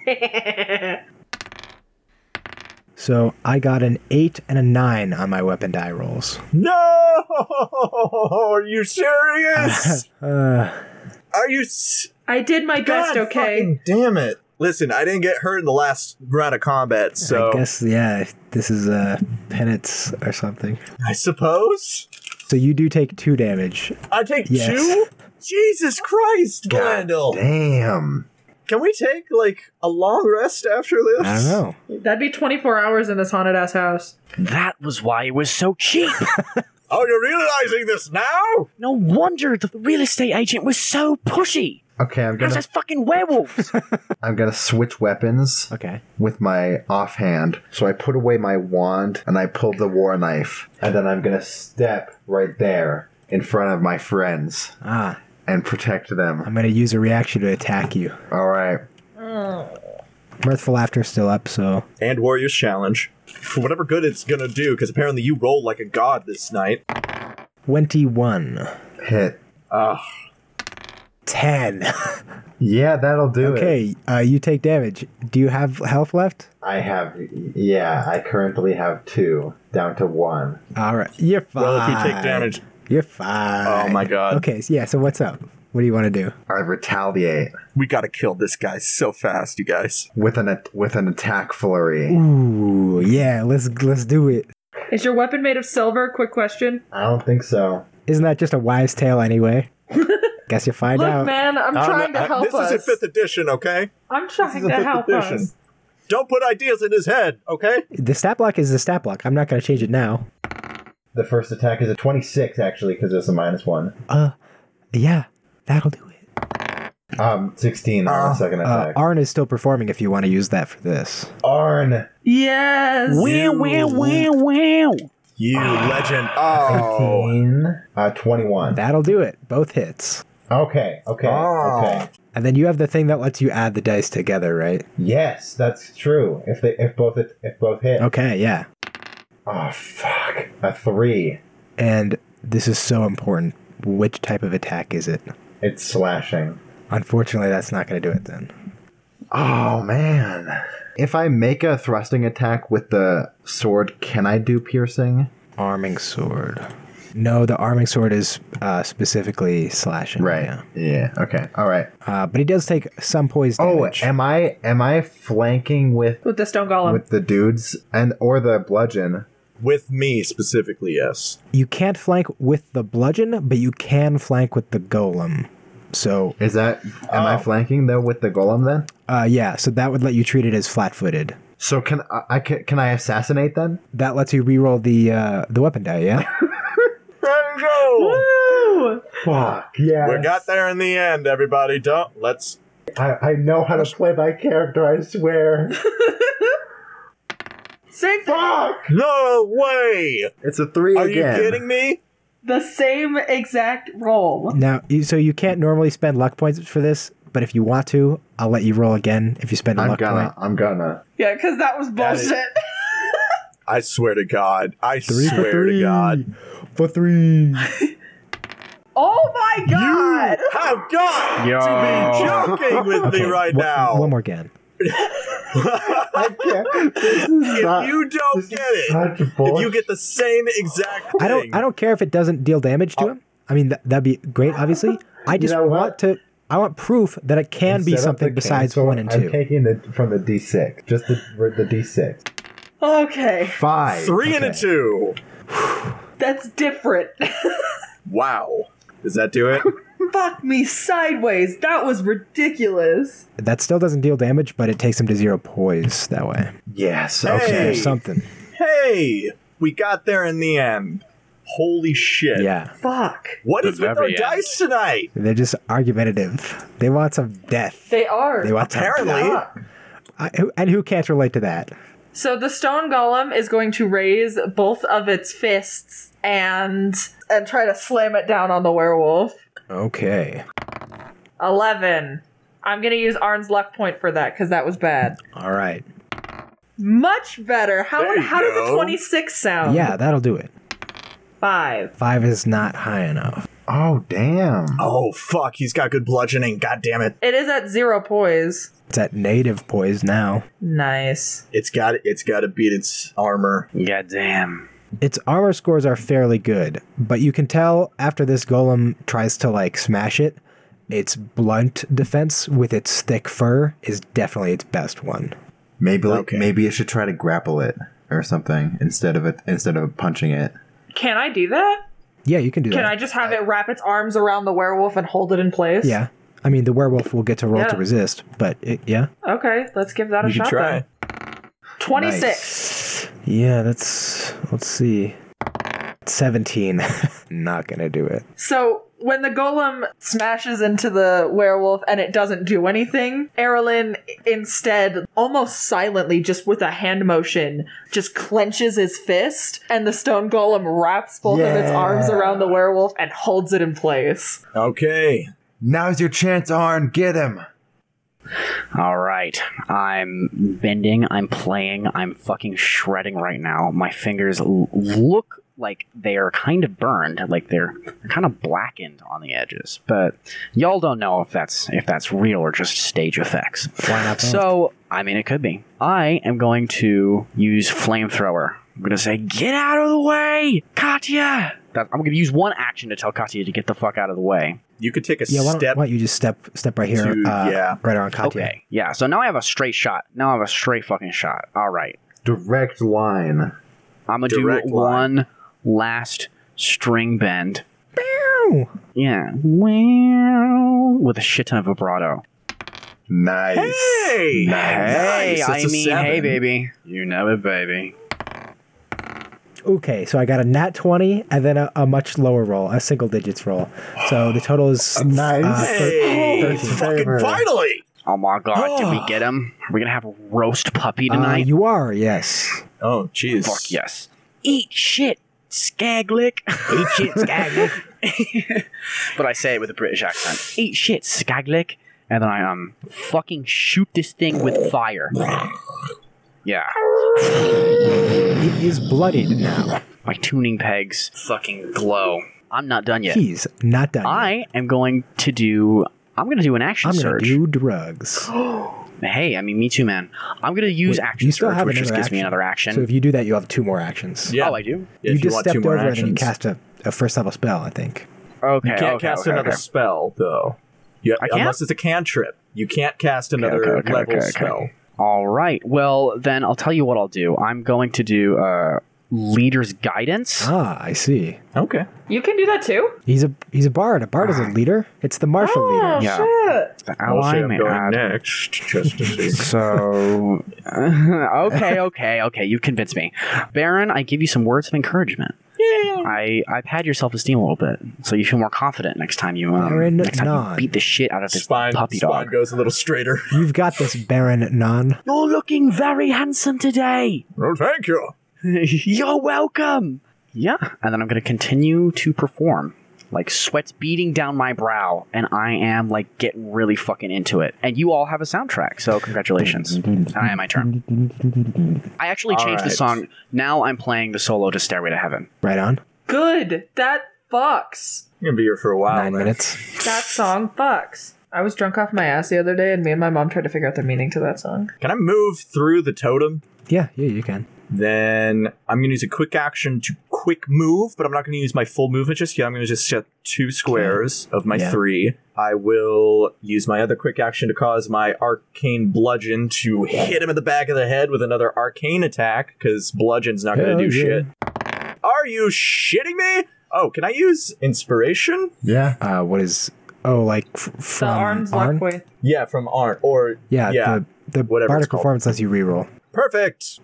A: so I got an eight and a nine on my weapon die rolls.
B: No, are you serious?
A: Uh,
B: Are you s-
D: I did my best,
B: God
D: okay?
B: fucking damn it? Listen, I didn't get hurt in the last round of combat,
A: I
B: so I,
A: guess yeah, this is a penance or something.
B: suppose
A: So you do take two damage.
B: I take
A: Yes.
B: two. Jesus Christ, Glendale!
C: Damn.
B: Can we take like a long rest after this?
A: I don't know.
F: That'd be 24 hours in this haunted ass house.
E: That was why it was so cheap.
B: Oh, you're realizing this now?
E: No wonder the real estate agent was so pushy.
C: Okay, I'm
E: How's
C: gonna
E: those fucking werewolves?
C: I'm gonna switch weapons
A: Okay.
C: with my offhand. So I put away my wand and I pulled the war knife, and then I'm gonna step right there in front of my friends
A: Ah,
C: and protect them.
A: I'm gonna use a reaction to attack you.
C: All right.
A: Mirthful Laughter's still up, so
B: And Warriors Challenge. For whatever good it's gonna do, because apparently you rolled like a god this night.
A: 21.
C: Hit.
B: Ugh.
A: 10.
C: Yeah, that'll do it.
A: okay, uh, you take damage. Do you have health left?
C: I have. Yeah, I currently have two down to one.
A: All right, you're fine.
B: well, if you take damage,
A: You're fine.
B: Oh my god.
A: Okay, so yeah, so what's up? What do you want to do?
C: I retaliate
B: we gotta kill this guy so fast, you guys.
C: with an at- with an attack flurry.
A: Ooh, yeah, let's let's do it.
F: Is your weapon made of silver? Quick question.
C: I don't think so.
A: Isn't that just a wives' tale anyway? Guess you'll find
F: Look,
A: out.
F: man, I'm
B: I don't
F: trying
B: know-
F: to
B: I-
F: help
B: Uh, this
F: us.
B: is in fifth edition, okay?
F: I'm
B: This
F: trying
B: is a
F: to
B: fifth
F: help
B: edition.
F: us.
B: Don't put ideas in his head, okay?
A: The stat block is the stat block. I'm not going to change it now.
G: The first attack is a 26, actually, because it's a minus one.
A: Uh, yeah, that'll do it.
G: Um, 16 on the second
A: Uh,
G: attack.
A: Arn is still performing if you want to use that for this.
G: Arn!
F: Yes.
E: wow, wow, wow, wow.
B: You legend. Oh.
G: 15, uh, 21.
A: That'll do it. Both hits.
G: Okay, okay,
B: Oh.
G: okay.
A: And then you have the thing that lets you add the dice together, right?
G: Yes, that's true. If they, if both, if both hit.
A: Okay, yeah.
G: Oh fuck! A three.
A: And this is so important. Which type of attack is it?
G: It's slashing.
A: Unfortunately, that's not going to do it then.
C: Oh man. If I make a thrusting attack with the sword, can I do piercing?
A: Arming sword. No, the arming sword is uh, specifically slashing.
C: Right.
A: yeah.
C: Yeah. Okay. All right.
A: Uh, but he does take some poise
C: Oh,
A: damage.
C: am I am I flanking with
F: With the stone golem.
C: with the dudes and or the bludgeon?
B: With me specifically, yes.
A: you can't flank with the bludgeon, but you can flank with the golem. So,
C: Is that am I
G: Oh.
C: flanking though with the golem then?
A: uh, yeah, so that would let you treat it as flat-footed.
C: So can I, I can, can I assassinate then?
A: That lets you reroll the uh, the weapon die. Yeah.
B: There you go.
F: Woo!
G: Fuck yeah!
B: We got there in the end, everybody. Don't let's
G: I, I know how to play my character. I swear.
F: Same
G: fuck!
B: No way!
C: It's a three
B: Are
C: again.
B: you kidding me?
F: The same exact roll.
A: now, you, so you can't normally spend luck points for this, but if you want to, I'll let you roll again if you spend a
C: I'm
A: luck
C: gonna.
A: point.
C: I'm gonna.
F: Yeah, because that was
B: That is-
F: bullshit.
B: I swear to God. I
A: Three for
B: swear
A: three.
B: to God.
A: For three.
F: oh my god!
B: Have got to
E: Oh.
B: be joking with me right
A: one-
B: now.
A: One more again.
G: I can't. This is
B: If
G: not,
B: you don't
G: this
B: get
G: is
B: it,
G: Such
B: if
G: bullshit.
B: you get the same exact thing,
A: I don't. I don't care if it doesn't deal damage to him. I mean, th- that'd be great, obviously. I just
G: know what?
A: want to. I want proof that it can be
G: Instead of
A: something
G: the
A: besides
G: cancel,
A: one and
G: I'm
A: 2
G: taking the from the D6, just the the D6.
F: Okay,
C: Five.
B: Three and a two.
F: that's different.
B: Wow. Does that do it?
F: Fuck me sideways. That was ridiculous.
A: That still doesn't deal damage, but it takes him to zero poise that way.
C: Yes.
A: Or
B: Hey.
C: Okay.
A: something.
B: hey, we got there in the end. Holy shit.
A: Yeah.
F: Fuck.
B: What is
E: The
B: with our
E: very end.
B: dice tonight?
A: They're just argumentative. They want some death.
F: They are.
A: They want some
B: Apparently.
A: death. I, who- and who can't relate to that?
F: So the stone golem is going to raise both of its fists and and try to slam it down on the werewolf.
A: Okay.
F: Eleven. I'm gonna use Arn's luck point for that because that was bad.
A: All right.
F: Much better. How
B: There you
F: how does a
B: go.
F: twenty six
B: Um,
F: sound?
A: Yeah, that'll do it.
F: Five.
A: Five is not high enough.
C: Oh damn.
B: Oh, fuck. He's got good bludgeoning. God damn it.
F: It is at zero poise.
A: It's at native poise now.
F: Nice.
B: It's got it's got to beat its armor.
E: God damn.
A: Its armor scores are fairly good, but you can tell after this golem tries to like smash it, Its blunt defense with its thick fur is definitely its best one.
C: Maybe like,
B: Okay.
C: maybe it should try to grapple it or something instead of it instead of punching it.
F: Can I do that?
A: Yeah, you can do
F: Can
A: that.
F: I just have it wrap its arms around the werewolf and hold it in place?
A: yeah. I mean, the werewolf will get to roll to
F: Yeah.
A: resist, but it, yeah.
F: Okay, let's give that a
B: You can
F: shot.
B: try.
F: Then. 26.
A: Yeah, that's. Let's see. 17. Not gonna do it.
D: So when the golem smashes into the werewolf and it doesn't do anything, Erlyn instead, almost silently, just with a hand motion, just clenches his fist, and the stone golem wraps both of its
C: Yeah.
D: arms around the werewolf and holds it in place.
B: Okay.
C: Now's your chance, Arn. Get him.
E: All right. I'm bending, I'm playing, I'm fucking shredding right now. My fingers l- look like they are kind of burned, like they're kind of blackened on the edges. But y'all don't know if that's if that's real or just stage effects.
A: Why not? both?
E: So, I mean, it could be. I am going to use flamethrower. I'm going to say, get out of the way, Katya! That, I'm going to use one action to tell Katya to get the fuck out of the way.
B: You could take a
A: yeah, why don't,
B: step.
A: why don't you just step step right here,
B: to-
A: uh,
B: yeah.
A: right around Katya?
E: Okay. Yeah, so now I have a straight shot. Now I have a straight fucking shot. All right.
C: Direct line.
E: I'm going to do
B: Direct line.
E: one last string bend.
A: Ow!
E: Yeah. Wow. With a shit ton of vibrato.
C: Nice.
B: Hey!
E: Hey,
B: Nice, that's a
E: I mean,
B: seven.
E: hey, baby. You know it, baby.
A: Okay, so I got a nat 20 and then a, a much lower roll, a single digits roll. So the total is
G: Nice.
A: uh, thir-
B: Hey!
A: Thirteen.
B: fucking
G: Favor.
B: finally!
E: Oh my god, did we get him? Are we going to have a roast puppy
A: uh,
E: tonight?
A: you are, yes.
B: Oh, jeez.
E: Fuck yes. Eat shit, skaglick. Eat shit, skaglick. but I say it with a British accent. Eat shit, skaglick. And then I um fucking shoot this thing with fire. Yeah,
A: It is bloodied now.
E: my tuning pegs fucking glow. I'm not done yet.
A: He's not done. yet.
E: I am going to do. I'm going to do an action
A: I'm gonna
E: surge.
A: do drugs.
E: hey, I mean, me too, man. I'm going to use
A: Wait,
E: action
A: you still
E: surge,
A: have
E: which
A: another
E: just gives me
A: action.
E: another action.
A: So if you do that, you have two more actions.
B: Yeah.
E: Oh, I do.
B: If
A: you just
B: want
A: stepped
B: two more
A: over and then you
B: actions.
A: cast a, a first level spell, I think.
E: Okay.
B: You can't
E: okay,
B: cast
E: okay,
B: another
E: okay.
B: spell, though. You,
E: I can't?
B: Unless it's a cantrip. You can't cast
E: Okay,
B: another
E: okay, okay,
B: level
E: okay, okay.
B: spell.
E: All right. Well, then I'll tell you what I'll do. I'm going to do uh, leader's guidance.
A: Ah, I see.
B: Okay.
F: You can do that too?
A: He's a he's a bard. A bard
E: Ah.
A: is a leader. It's the martial
F: Oh,
A: leader.
E: Yeah.
F: shit.
E: The
B: I'll
E: ally
B: say I'm
E: may
B: going
E: add-
B: next, just to see.
E: So, okay, okay, okay. You've convinced me, Baron. I give you some words of encouragement. I I've had your self esteem a little bit, so you feel more confident next time you um,
A: Baron
E: next time
A: Nod.
E: you beat the shit out of this
B: Spine,
E: puppy
B: spine
E: dog.
B: goes a little straighter.
A: You've got this, Baron Non.
E: You're looking very handsome today.
B: well, Oh, thank you.
E: You're welcome. Yeah, and then I'm gonna continue to perform. Like sweat's beating down my brow, and I am like getting really fucking into it. And you all have a soundtrack, so congratulations. and I am my turn. I actually
B: All
E: changed the
B: right.
E: song. Now I'm playing the solo to Stairway to Heaven.
A: Right on.
F: Good. That fucks.
B: You're gonna be here for a while.
A: Nine
B: man.
A: minutes.
F: That song fucks. I was drunk off my ass the other day, and me and my mom tried to figure out the meaning to that song.
B: Can I move through the totem?
A: Yeah, yeah, you can.
B: Then I'm gonna use a quick action to quick move, but I'm not gonna use my full movement just yet. I'm gonna just set two squares of my
A: Yeah.
B: three. I will use my other quick action to cause my arcane bludgeon to hit him in the back of the head with another arcane attack, because bludgeon's not gonna
A: Hell
B: do
A: yeah.
B: shit. Are you shitting me? Oh, can I use inspiration?
C: Yeah.
A: Uh, what is? Oh, like f-
F: The
A: from
F: arms
A: Arn?
F: luck way.
B: Yeah, from Arn. Or
A: Yeah,
B: yeah.
A: the the
B: whatever it's
A: bardic
B: called.
A: performance lets you reroll.
B: Perfect.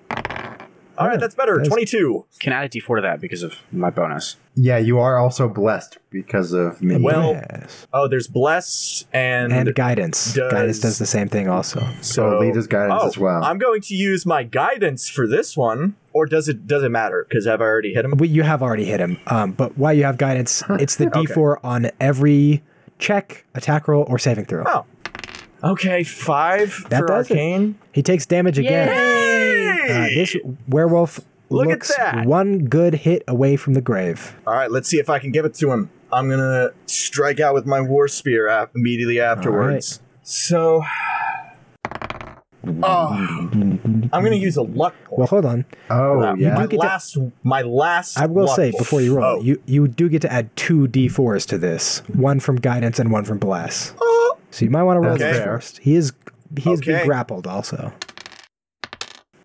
B: All
A: Yeah,
B: right, that's better.
A: that's-
B: 22.
E: Can add a d4 to that because of my bonus.
C: Yeah, you are also blessed because of me.
B: Well-
A: yes.
B: Oh, there's bless and,
A: and guidance.
B: does-
A: Guidance does the same thing also.
B: so
C: Oh, leader's guidance as well.
B: I'm going to use my guidance for this one, or does it does it matter? Because I've already hit him.
A: Well, you have already hit him. Um, but why you have guidance? It's the
B: Okay.
A: D4 on every check, attack roll, or saving throw.
B: Oh. Okay, five
A: That
B: for
A: does it.
B: arcane.
A: He takes damage again. Uh,
B: Hey!
A: this werewolf
B: Look at
A: looks
B: that.
A: one good hit away from the grave.
B: All right, let's see if I can give it to him. I'm gonna strike out with my war spear af- immediately afterwards. So oh, I'm gonna use a luck point.
A: Well, hold on.
C: Oh
B: for that.
C: yeah.
B: my
A: get to-
B: last, my last.
A: I will
B: luck
A: say
B: roll.
A: before you roll,
B: Oh.
A: you you do get to add two d4s to this, one from guidance and one from bless.
B: Oh,
A: So you might want to roll
C: That's
A: this
B: fair.
A: first. He is he is being
B: Okay.
A: grappled also.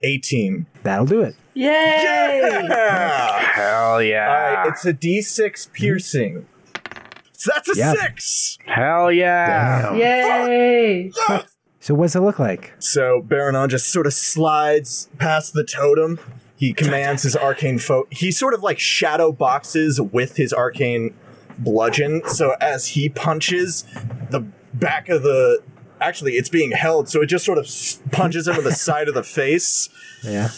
B: 18.
A: That'll do it.
D: Yay!
B: Yeah!
E: Hell yeah.
B: Alright, it's a D6 piercing. So Ah. that's a
A: Yeah.
B: six.
E: Hell yeah.
C: Damn.
D: Yay!
A: So what does it look like?
B: So Baronon just sort of slides past the totem. He commands his arcane foe. He sort of like shadow boxes with his arcane bludgeon. So as he punches, the back of the actually it's being held, so it just sort of s- punches him in the side of the face.
A: Yeah.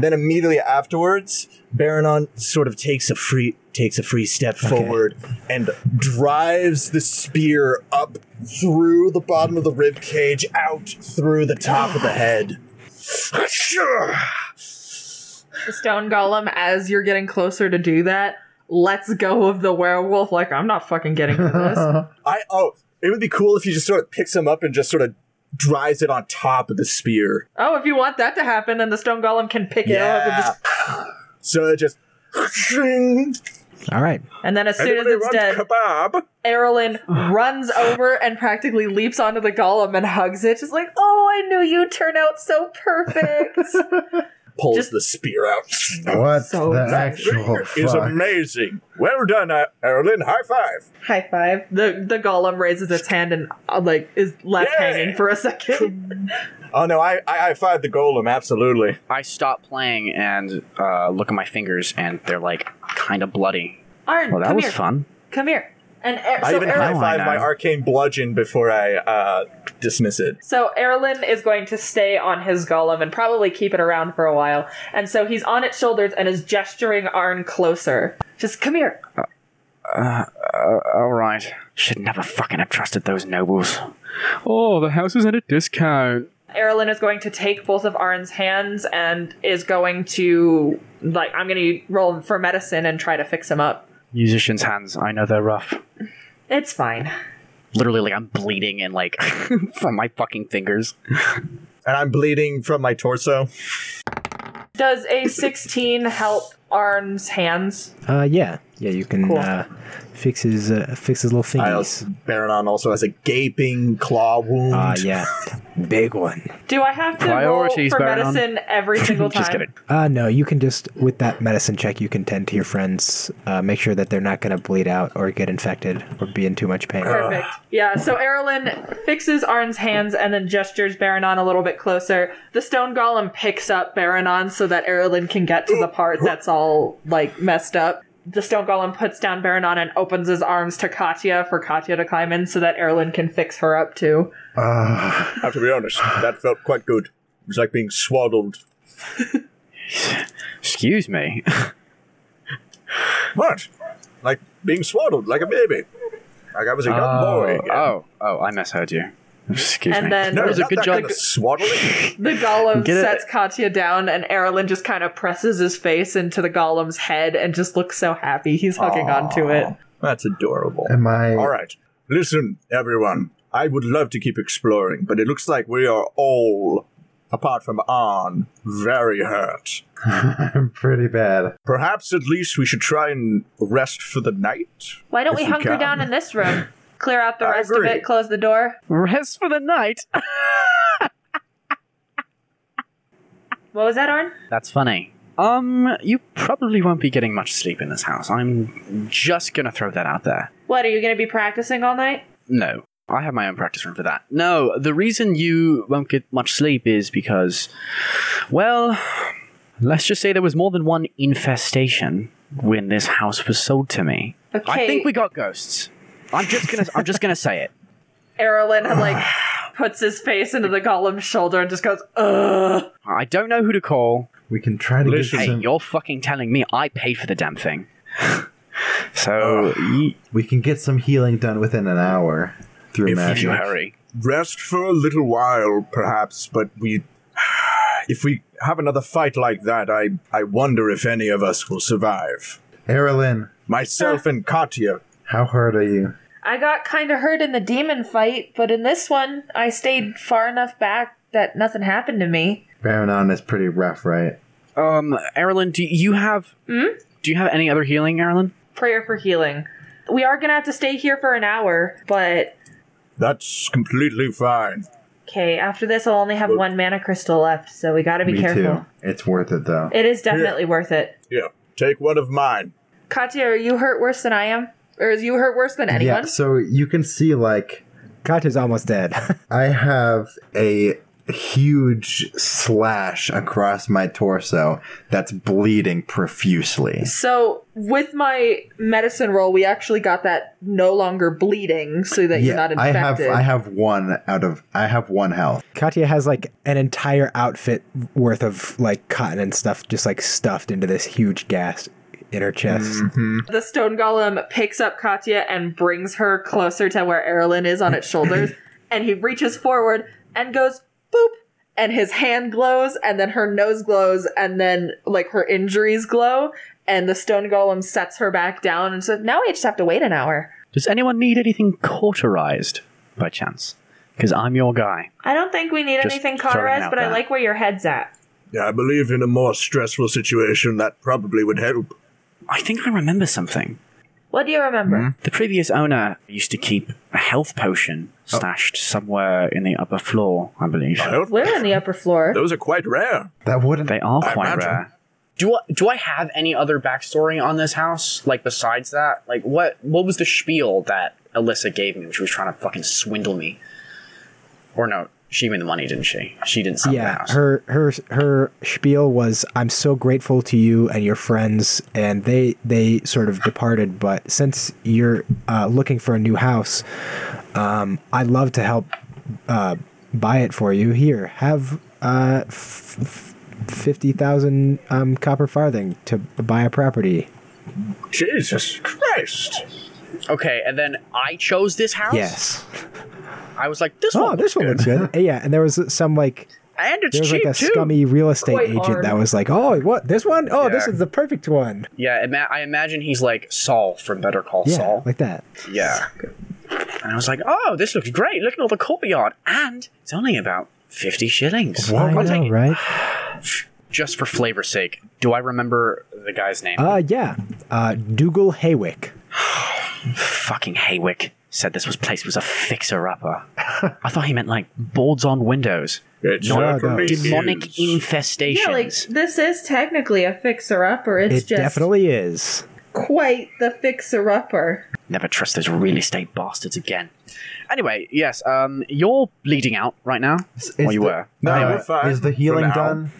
B: Then immediately afterwards, Baronon sort of takes a free takes a free step forward and drives the spear up through the bottom of the rib cage, out through the top of the head.
D: The stone golem, as you're getting closer to do that, lets go of the werewolf. Like, I'm not fucking getting to this.
B: I oh, it would be cool if he just sort of picks him up and just sort of drives it on top of the spear.
D: oh, if you want that to happen, then the stone golem can pick it up. And, just,
B: so it just.
A: All right.
D: and then as soon as
B: Anybody
D: it's
B: want
D: dead,
B: kebab?
D: Erlyn runs over and practically leaps onto the golem and hugs it. Just like, oh, I knew you'd turn out so perfect.
B: Pulls
D: Just-
B: the spear out.
C: What
D: So
C: the
D: excited.
C: actual
B: is
C: fuck?
B: amazing. Well done, uh, Erlin. High five.
D: High five. The the golem raises its hand and uh, like is left
B: Yay!
D: hanging for a second.
B: Oh no, I I high fived the golem. Absolutely.
E: I stop playing and uh, look at my fingers, and they're like kind of bloody.
D: Arn,
E: Well, that
D: come
E: was
D: here.
E: fun.
D: Come here. And er-
B: I
D: so
B: even
D: Erlyn-
B: high
E: Now I
B: five my
E: know.
B: arcane bludgeon before I uh, dismiss it.
D: So Erlin is going to stay on his golem and probably keep it around for a while. And so he's on its shoulders and is gesturing Arn closer. Just come here.
E: Uh, all right. Should never fucking have trusted those nobles. Oh, the house is at a discount.
D: Erlin is going to take both of Arn's hands and is going to like I'm going to roll for medicine and try to fix him up.
E: Musician's hands. I know they're rough.
D: It's fine.
E: Literally, like I'm bleeding and like from my fucking fingers.
B: And I'm bleeding from my torso.
D: Does a 16 help Arn's hands?
A: Uh, yeah, yeah. You can
D: Cool.
A: uh, fix his uh, fix his little
B: I
A: fingies.
B: also, Baronon also has a gaping claw wound.
A: Uh, yeah, big one.
D: Do I have to
E: Priorities,
D: roll for
E: Baron.
D: medicine every single time?
E: Just kidding.
A: Uh, no, you can just with that medicine check, you can tend to your friends, uh, make sure that they're not going to bleed out or get infected or be in too much pain.
D: Perfect. Yeah, so Erlyn fixes Arn's hands and then gestures Baronon a little bit closer. The stone golem picks up Baronon so that Erlyn can get to the part that's all, like, messed up. The stone golem puts down Baronon and opens his arms to Katya for Katya to climb in so that Erlyn can fix her up too.
C: Ah,
B: I have to be honest, that felt quite good. It was like being swaddled.
E: Excuse me.
B: What? Like being swaddled like a baby. Like I was a young boy. again.
E: oh, oh, I misheard you. Excuse
D: And
E: me.
D: then-
B: no,
E: that was a
B: not
E: good
B: that
E: job.
B: kind of swaddling.
D: The golem
E: Get it.
D: sets Katya down and Erlyn just kind of presses his face into the golem's head and just looks so happy. He's hugging onto it.
B: That's adorable.
C: am I?
B: All right. Listen, everyone. I would love to keep exploring, but it looks like we are all, apart from Arn, very hurt.
C: I'm pretty bad.
B: Perhaps at least we should try and rest for the night.
D: Why don't
B: If
D: we
B: we
D: hunker
B: can.
D: down in this room? Clear out the
B: I
D: rest
B: agree.
D: of it, close the door.
E: Rest for the night.
D: What was that, Arn?
E: That's funny. Um, you probably won't be getting much sleep in this house. I'm just gonna throw that out there.
D: What, are you going to be practicing all night?
E: No, I have my own practice room for that. No, the reason you won't get much sleep is because, well, let's just say there was more than one infestation when this house was sold to me.
D: Okay.
E: I think we got ghosts. I'm just gonna, I'm just gonna say it.
D: Erlyn, like, puts his face into the golem's shoulder and just goes, ugh.
E: I don't know who to call.
C: We can try to get
B: Listen.
E: Hey,
C: some.
E: you're fucking telling me I paid for the damn thing. so, y-
C: We can get some healing done within an hour through
B: If
E: if
C: magic.
E: you hurry.
B: Rest for a little while, perhaps, but we. If we have another fight like that, I, I wonder if any of us will survive.
C: Erlyn,
B: Myself and Katya.
C: how hurt are you?
D: I got kind of hurt in the demon fight, but in this one, I stayed far enough back
F: that nothing happened to me.
C: Varanon is pretty rough, right?
E: Um, Erlen, do you have do you have any other healing, Erlen?
F: Prayer for healing. We are gonna have to stay here for an hour, but
B: That's completely fine.
F: okay, after this I'll only have one mana crystal left, so we gotta be
C: Me
F: careful.
C: too. It's worth it though.
F: It is definitely worth it.
B: Yeah, take one of mine.
F: Katya, are you hurt worse than I am? Or is you hurt worse than anyone?
C: Yeah, so you can see like
A: Katya's almost dead.
C: I have a huge slash across my torso that's bleeding profusely.
D: So with my medicine roll, we actually got that no longer bleeding, so that you're not
C: I have
D: infected.
C: I have one out of I have one health.
A: Katya has like an entire outfit worth of like cotton and stuff just like stuffed into this huge gas in her chest.
C: Mm. Mm-hmm.
D: the stone golem picks up Katya and brings her closer to where Erlin is on its shoulders, and he reaches forward and goes boop, and his hand glows, and then her nose glows, and then like her injuries glow, and the stone golem sets her back down and says, "Now we just have to wait an hour."
E: Does anyone need anything cauterized by chance? Because I'm your guy.
F: I don't think we need
E: Just
F: anything
E: throwing
F: cauterized,
E: out
F: but I
E: that.
F: like where your head's at.
B: Yeah, I believe in a more stressful situation that probably would help.
E: I think I remember something.
F: What do you remember?
E: The previous owner used to keep a health potion stashed somewhere in the upper floor, I believe.
B: Well,
F: We're in the upper floor.
B: Those are quite rare.
C: That wouldn't
E: They are
B: I
E: quite
B: imagine.
E: rare. Do I, do I have any other backstory on this house? Like besides that, like what what was the spiel that Alyssa gave me when she was trying to fucking swindle me? Or no, she made the money, didn't she? She didn't sell the
A: Yeah,
E: house.
A: her her her spiel was I'm so grateful to you and your friends and they they sort of departed but since you're uh, looking for a new house um, I'd love to help uh, buy it for you here have uh f- f- 50,000 um copper farthing to buy a property.
B: Jesus Christ.
E: okay, and then I chose this house.
A: Yes.
E: I was like, this
A: Oh,
E: one.
A: this one looks good. yeah, and there was some like
E: and it's
A: there was
E: cheap
A: like a
E: too.
A: scummy real estate
D: Quite
A: agent
D: hard.
A: that was like, "Oh, what? This one? Oh, this
E: Yeah.
A: is the perfect one."
E: Yeah, ima- I imagine he's like Saul from Better Call
A: Yeah,
E: Saul.
A: like that.
E: yeah. And I was like, oh, this looks great. Look at all the courtyard, and it's only about fifty shillings.
B: Oh,
A: I
E: I'll take
A: know,
E: it.
A: right?
E: just for flavor's sake, do I remember the guy's name?
A: Uh, yeah. Uh, Dougal Haywick.
E: Fucking Haywick said this was place was a fixer-upper. I thought he meant like boards-on windows,
B: It
A: No,
B: certainly
A: no.
B: is.
E: demonic infestations.
F: Yeah, like this is technically a fixer upper. It's
A: it
F: just
A: definitely is.
F: quite the fixer upper.
E: Never trust those real estate bastards again. Anyway, yes, um, you're bleeding out right now. or you
C: the-
E: were.
B: No,
C: Anyway,
B: we're fine
C: Is the
B: for
C: healing
B: now.
C: done?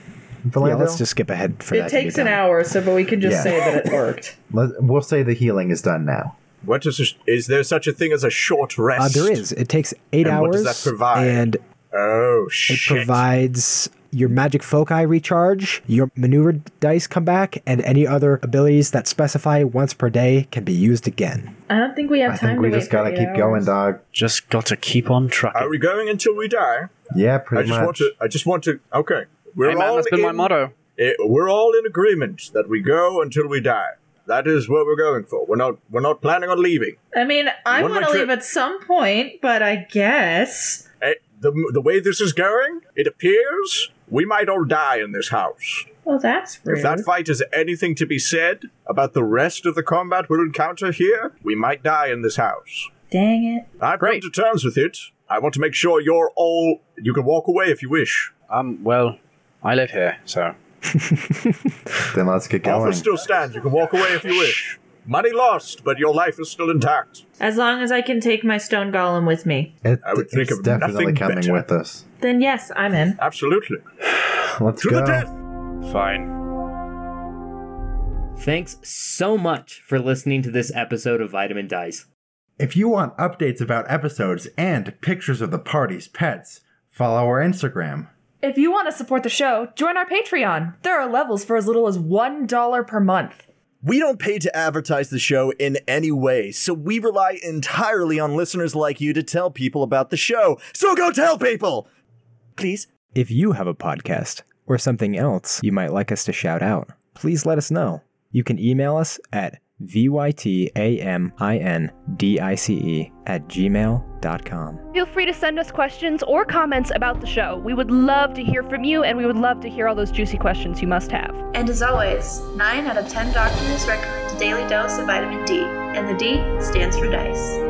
A: Yeah,
C: Philando?
A: let's just skip ahead for that.
F: It
A: to be
F: takes an
A: done.
F: hour, so but we can just
C: Yeah.
F: say that it worked.
C: Let- we'll say the healing is done now.
B: What is, a, is there such a thing as a short rest?
A: Uh, there is. It takes eight
B: And
A: hours.
B: what does that provide?
A: And it
B: Oh, shit.
A: provides your magic foci recharge, your maneuver dice come back, and any other abilities that specify once per day can be used again.
F: I don't think we have
C: I
F: time.
C: think we
F: to
C: just
F: wait for
C: gotta
F: eight
C: keep
F: hours.
C: going, dog.
E: Just got to keep on
B: Are
E: trucking.
B: we going until we die?
C: Yeah,
B: I
C: pretty
B: just
C: much.
B: want to. I just want to. Okay, we're
E: Hey man,
B: all
E: that's been
B: in,
E: my motto.
B: eh, we're all in agreement that we go until we die. That is what we're going for. We're not. We're not planning on leaving.
F: I mean, I
B: One
F: want to
B: more
F: leave
B: trip.
F: at some point, but I guess
B: Eh, the the way this is going, it appears we might all die in this house.
F: well, that's rude.
B: If that fight is anything to be said about the rest of the combat we'll encounter here, we might die in this house.
F: Dang it!
B: I've
E: Great.
B: come to terms with it. I want to make sure you're all. You can walk away if you wish.
E: Um, well, I live here, so
C: Then let's get going.
B: Offer still stands. You can walk away if you wish. Money lost, but your life is still intact.
F: As long as I can take my stone golem with me,
C: It-
B: I would think
C: it's
B: of
C: definitely
B: nothing
C: coming
B: better.
C: with us.
F: then yes, I'm in.
B: Absolutely.
C: Let's
B: To
C: go.
B: the death!
E: fine.
I: Thanks so much for listening to this episode of Vitamin Dice.
C: If you want updates about episodes and pictures of the party's pets, follow our Instagram.
J: If you want to support the show, join our Patreon. There are levels for as little as $1 per month.
K: We don't pay to advertise the show in any way, so we rely entirely on listeners like you to tell people about the show. So go tell people! Please?
A: If you have a podcast or something else you might like us to shout out, please let us know. You can email us at V Y T A M I N D I C E at gmail.com.
L: Feel free to send us questions or comments about the show. We would love to hear from you, and we would love to hear all those juicy questions you must have.
M: And as always, 9 out of 10 doctors recommend a daily dose of vitamin D, and the D stands for dice.